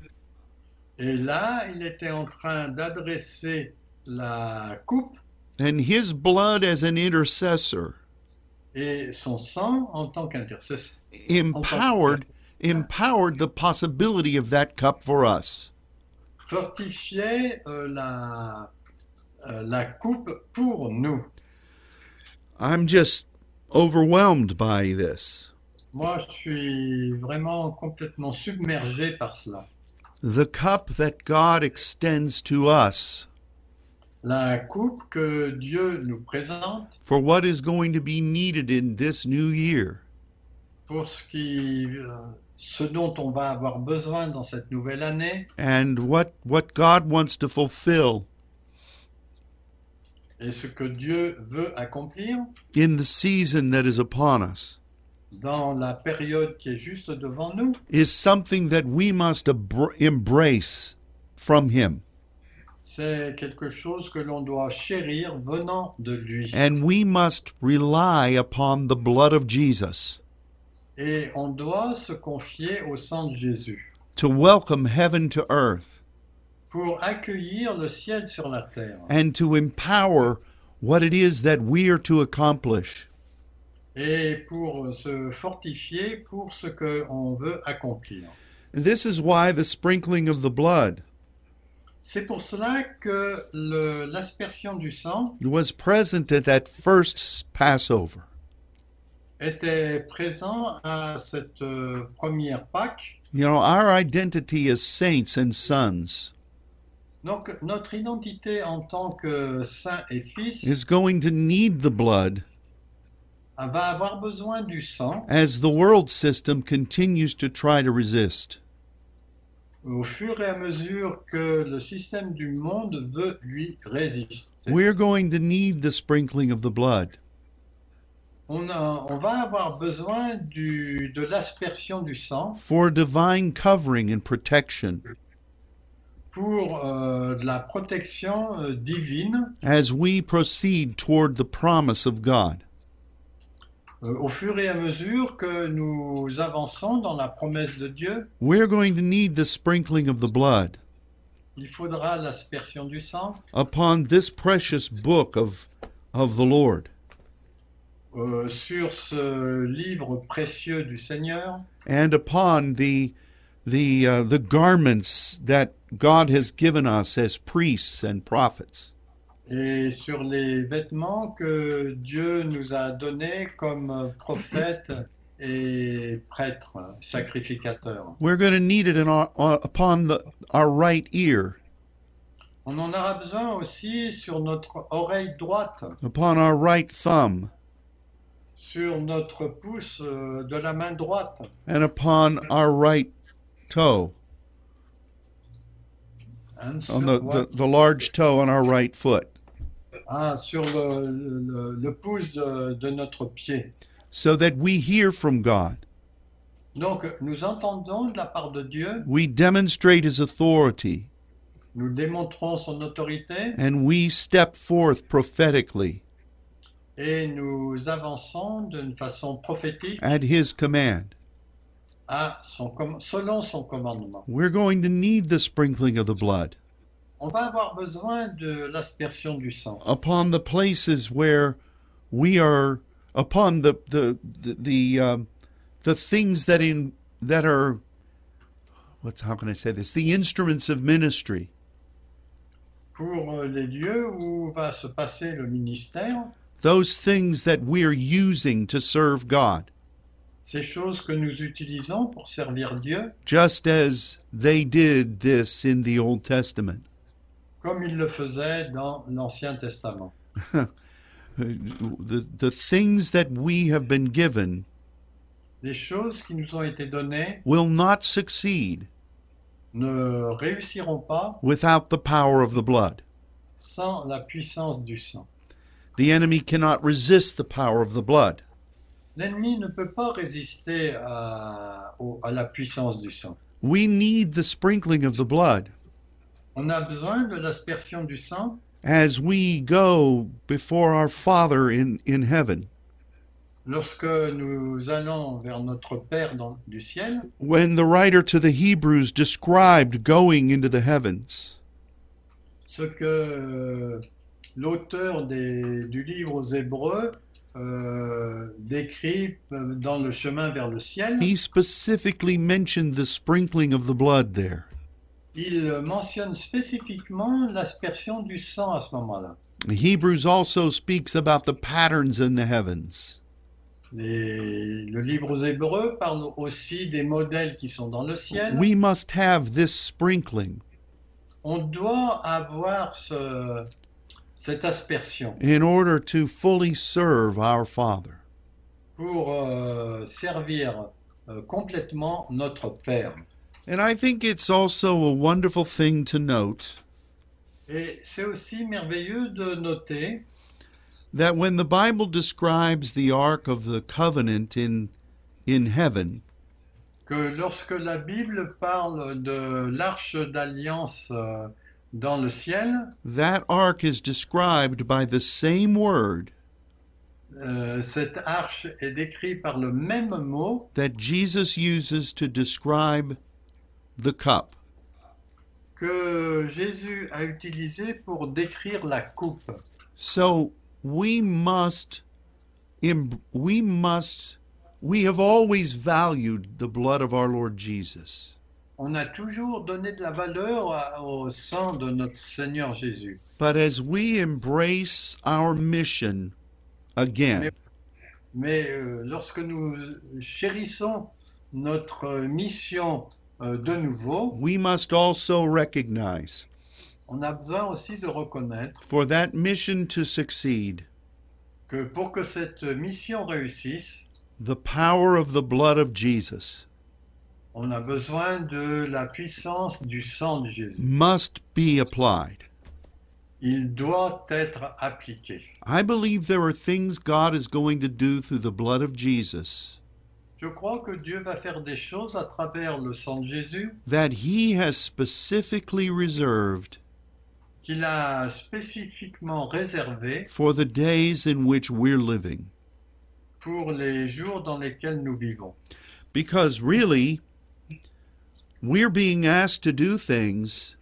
Et là, il était en train d'adresser la coupe and his blood as an intercessor et son sang en tant qu'intercesseur. empowered empowered the possibility of that cup for us. Fortifiait euh, la, euh, la coupe pour nous. I'm just overwhelmed by this. Moi, je suis vraiment complètement submergé par cela. The cup that God extends to us La coupe que Dieu nous présente for what is going to be needed in this new year. pour ce, qui, euh, ce dont on va avoir besoin dans cette nouvelle année and what what God wants to fulfill et ce que Dieu veut accomplir in the season that is upon us dans la période qui est juste devant nous, is something that we must abr- embrace from him c'est quelque chose que l'on doit chérir venant de lui. and we must rely upon the blood of Jesus Et on doit se confier au sang de Jésus to welcome heaven to earth pour accueillir le ciel sur la terre and to empower what it is that we are to accomplish et pour se fortifier pour ce que on veut accomplir. and this is why the sprinkling of the blood C'est pour cela que le- l'aspersion du sang was present at that first Passover était présent à cette euh, première Pâque. you know our identity as saints and sons Donc notre identité en tant que saint et fils is going to need the blood va avoir besoin du sang as the world system continues to try to resist. au fur et à mesure que le système du monde veut lui résister. We're going to need the sprinkling of the blood. On, a- on va avoir besoin du- de l'aspersion du sang for divine covering and protection pour euh, de la protection euh, divine as we proceed toward the promise of God. euh, au fur et à mesure que nous avançons dans la promesse de Dieu. We're going to need the sprinkling of the blood Il faudra l'aspersion du sang upon this precious book of, of the Lord. euh, sur ce livre précieux du Seigneur and upon the the uh, the garments that God has given us as priests and prophets. et sur les vêtements que Dieu nous a donnés comme prophètes et prêtres, sacrificateurs. We're going to need it in our, uh, upon the, our right ear, On en aura besoin aussi sur notre oreille droite, upon our right thumb, sur notre pouce euh, de la main droite and upon our right toe, hein, sur, on the, ouais, the, the large toe on our right foot, hein, sur le, le- le pouce de, de notre pied. so that we hear from God. Donc nous entendons de la part de Dieu, We demonstrate His authority, nous démontrons son autorité and we step forth prophetically et nous avançons d'une façon prophétique at His command. à son com- selon son commandement. We're going to need the sprinkling of the blood. On va avoir besoin de l'aspersion du sang upon the places where we are upon the the the the, um, the things that in that are what's how can I say this the instruments of ministry pour euh, les lieux où va se passer le ministère. those things that we're using to serve God ces choses que nous utilisons pour servir Dieu, just as they did this in the Old Testament comme il le faisait dans l'Ancien Testament. Uh, the the things that we have been given Les choses qui nous ont été données will not succeed ne réussiront pas without the power of the blood sans la puissance du sang. the enemy cannot resist the power of the blood L'ennemi ne peut pas résister à, au- à la puissance du sang. We need the sprinkling of the blood On a besoin de l'aspersion du sang as we go before our Father in, in heaven. lorsque nous allons vers notre Père dans- du ciel. When the writer to the Hebrews described going into the heavens, Ce que euh, l'auteur des- du livre aux Hébreux euh, décrit euh, dans le chemin vers le ciel, he specifically mentioned the sprinkling of the blood there. il mentionne spécifiquement l'aspersion du sang à ce moment-là. Hebrews also speaks about the patterns in the heavens. Les- Le livre aux Hébreux parle aussi des modèles qui sont dans le ciel. We must have this sprinkling On doit avoir ce- cette aspersion in order to fully serve our Father. pour euh, servir euh, complètement notre Père. And I think it's also a wonderful thing to note Et c'est aussi merveilleux de noter that when the Bible describes the Ark of the Covenant in in heaven, que lorsque la Bible parle de l'arche d'alliance euh, dans le ciel, that ark is described by the same word euh, cette arche est décrite par le même mot that Jesus uses to describe the cup. que Jésus a utilisé pour décrire la coupe. So we must em- we must we have always valued the blood of our Lord Jesus. On a toujours donné de la valeur à- au sang de notre Seigneur Jésus. But as we embrace our mission again, Mais euh, lorsque nous chérissons notre mission euh, de nouveau, we must also recognize on a besoin aussi de reconnaître for that mission to succeed, que pour que cette mission réussisse, the power of the blood of Jesus On a besoin de la puissance du sang de Jésus. must be applied. Il doit être appliqué. I believe there are things God is going to do through the blood of Jesus Je crois que Dieu va faire des choses à travers le sang de Jésus that He has specifically reserved qu'il a spécifiquement réservé for the days in which we're living. pour les jours dans lesquels nous vivons. Because really, we're being asked to do things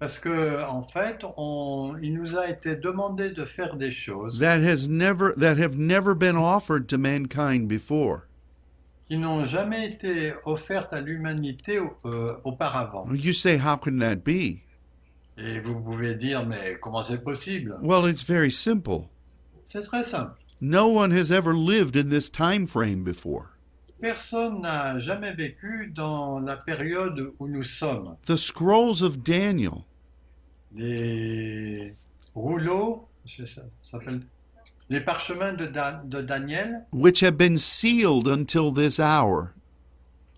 Parce que en fait, on- il nous a été demandé de faire des choses that has never that have never been offered to mankind before. qui n'ont jamais été offertes à l'humanité euh, auparavant. You say, how can that be? Et vous pouvez dire, mais comment c'est possible Well, it's very simple. C'est très simple. No one has ever lived in this time frame before. Personne n'a jamais vécu dans la période où nous sommes. The scrolls of Daniel, Les rouleaux, c'est ça, ça s'appelle les parchemins de, Da- de Daniel, which have been sealed until this hour,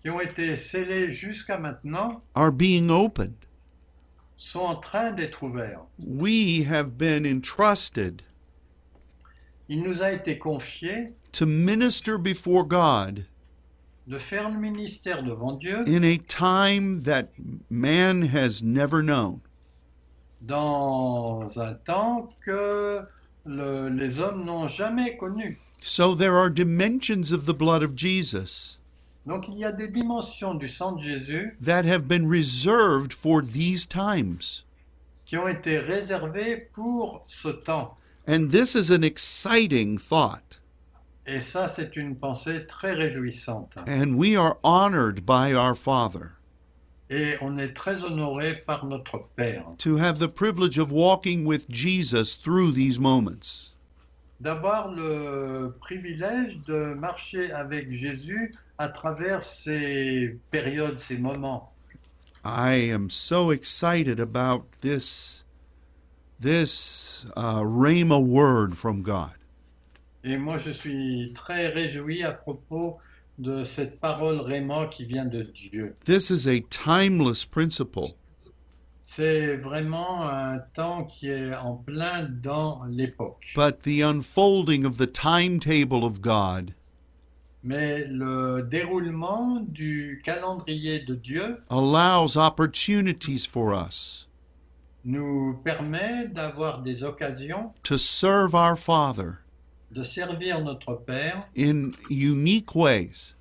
qui ont été scellés jusqu'à maintenant, are being opened. sont en train d'être ouverts. We have been entrusted Il nous a été confié to minister before God de faire le ministère devant Dieu in a time that man has never known. dans un temps que le- les hommes n'ont jamais connu. So there are dimensions of the blood of Jesus Donc il y a des dimensions du sang de Jésus that have been reserved for these times. qui ont été réservées pour ce temps. And this is an exciting thought. Et ça, c'est une pensée très réjouissante. And we are honored by our Father Et on est très honoré par notre Père to have the privilege of walking with Jesus through these moments. d'avoir le privilège de marcher avec Jésus à travers ces périodes, ces moments. I am so excited about this this uh, Rhema word from God. Et moi, je suis très réjoui à propos de cette parole Réma qui vient de Dieu. This is a timeless principle. C'est vraiment un temps qui est en plein dans l'époque. But the unfolding of the timetable of God Mais le déroulement du calendrier de Dieu allows opportunities for us nous permet d'avoir des occasions to serve our Father de servir notre Père in unique ways.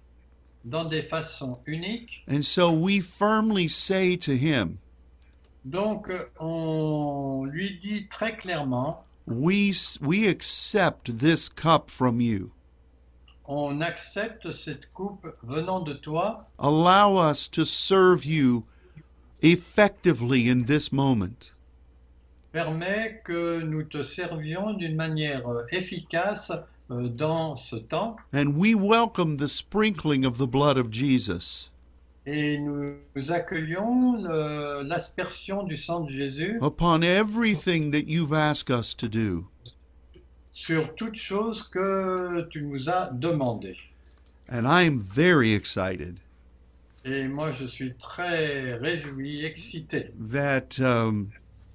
dans des façons uniques. And so we firmly say to Him, Donc, on lui dit très clairement, we, we accept this cup from you. on accepte cette coupe venant de toi Allow us to serve you effectively in this moment. permet que nous te servions d'une manière euh, efficace euh, dans ce temps And we welcome the sprinkling of the blood of Jesus et nous nous accueillons le- l'aspersion du sang de Jésus upon everything that you've asked us to do. sur toute chose que tu nous as demandé. And I am very excited Et moi, je suis très réjoui, excité that um,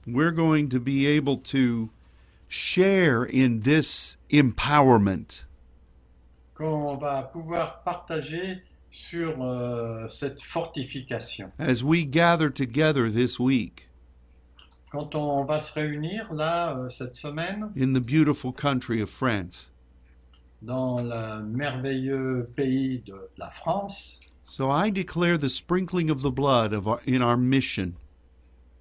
we're going to be able to share in this empowerment. qu'on va pouvoir partager sur euh, cette fortification. as we gather together this week Quand on va se réunir là euh, cette semaine in the beautiful country of France. dans le merveilleux pays de la France, So I declare the sprinkling of the blood of our, in our mission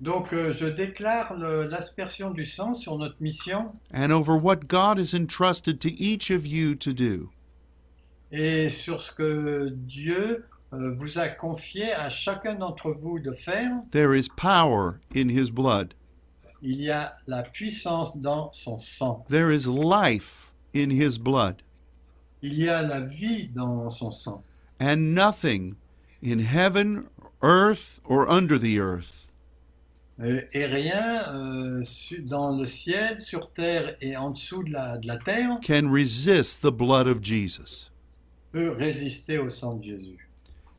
Donc, euh, je déclare le- l'aspersion du sang sur notre mission and over what God has entrusted to each of you to do. et sur ce que Dieu euh, vous a confié à chacun d'entre vous de faire. There is power in His blood, Il y a la puissance dans son sang. there is life in His blood, Il y a la vie dans son sang. and nothing in heaven, earth, or under the earth Euh, et rien euh, su- dans le ciel, sur terre et en dessous de la, de la terre can resist the blood of Jesus. peut résister au sang de Jésus.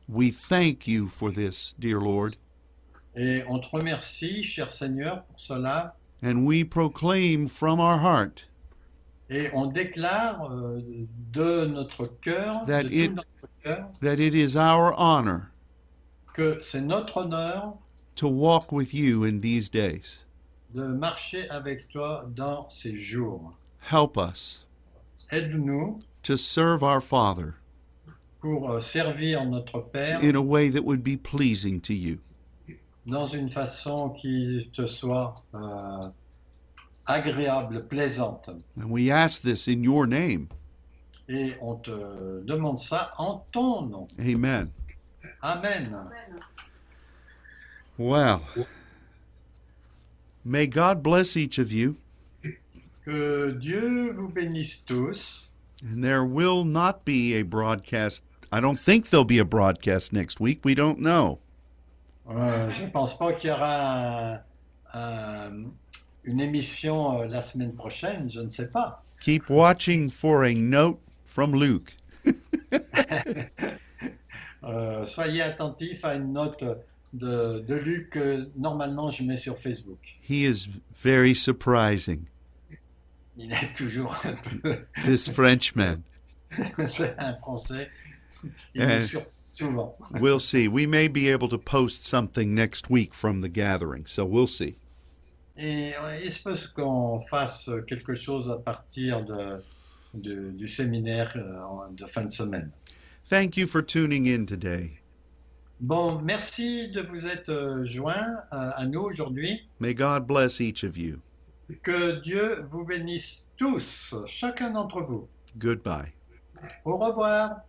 We thank you for this, dear Lord, Et on te remercie, cher Seigneur, pour cela. and we proclaim from our heart Et on déclare euh, de notre cœur, That de tout it- notre cœur, that it is our honor que c'est notre honneur to walk with you in these days. de marcher avec toi dans ces jours. Help us Aide-nous to serve our Father pour euh, servir notre Père in a way that would be pleasing to you. dans une façon qui te soit euh, agréable, plaisante. And we ask this in your name. Et on te demande ça en ton nom. Amen. Amen. Well, may God bless each of you, Que Dieu vous bénisse tous. and there will not be a broadcast. I don't think there'll be a broadcast next week. We don't know. Euh, je ne pense pas qu'il y aura un- un- une émission euh, la semaine prochaine, je ne sais pas. Keep watching for a note from Luke. Euh, soyez attentifs à une note de, de Luc que normalement je mets sur Facebook. He is very surprising, Il est toujours un peu... this Frenchman. C'est un Français. Il Euh. nous surprend souvent. We'll see. We may be able to post something next week from the gathering, so we'll see. Et euh, il se peut qu'on fasse quelque chose à partir de, de- du séminaire euh, en- de fin de semaine. Thank you for tuning in today. Bon, merci de vous être euh, joints à, à nous aujourd'hui. May God bless each of you. Que Dieu vous bénisse tous, chacun d'entre vous. Goodbye. Au revoir.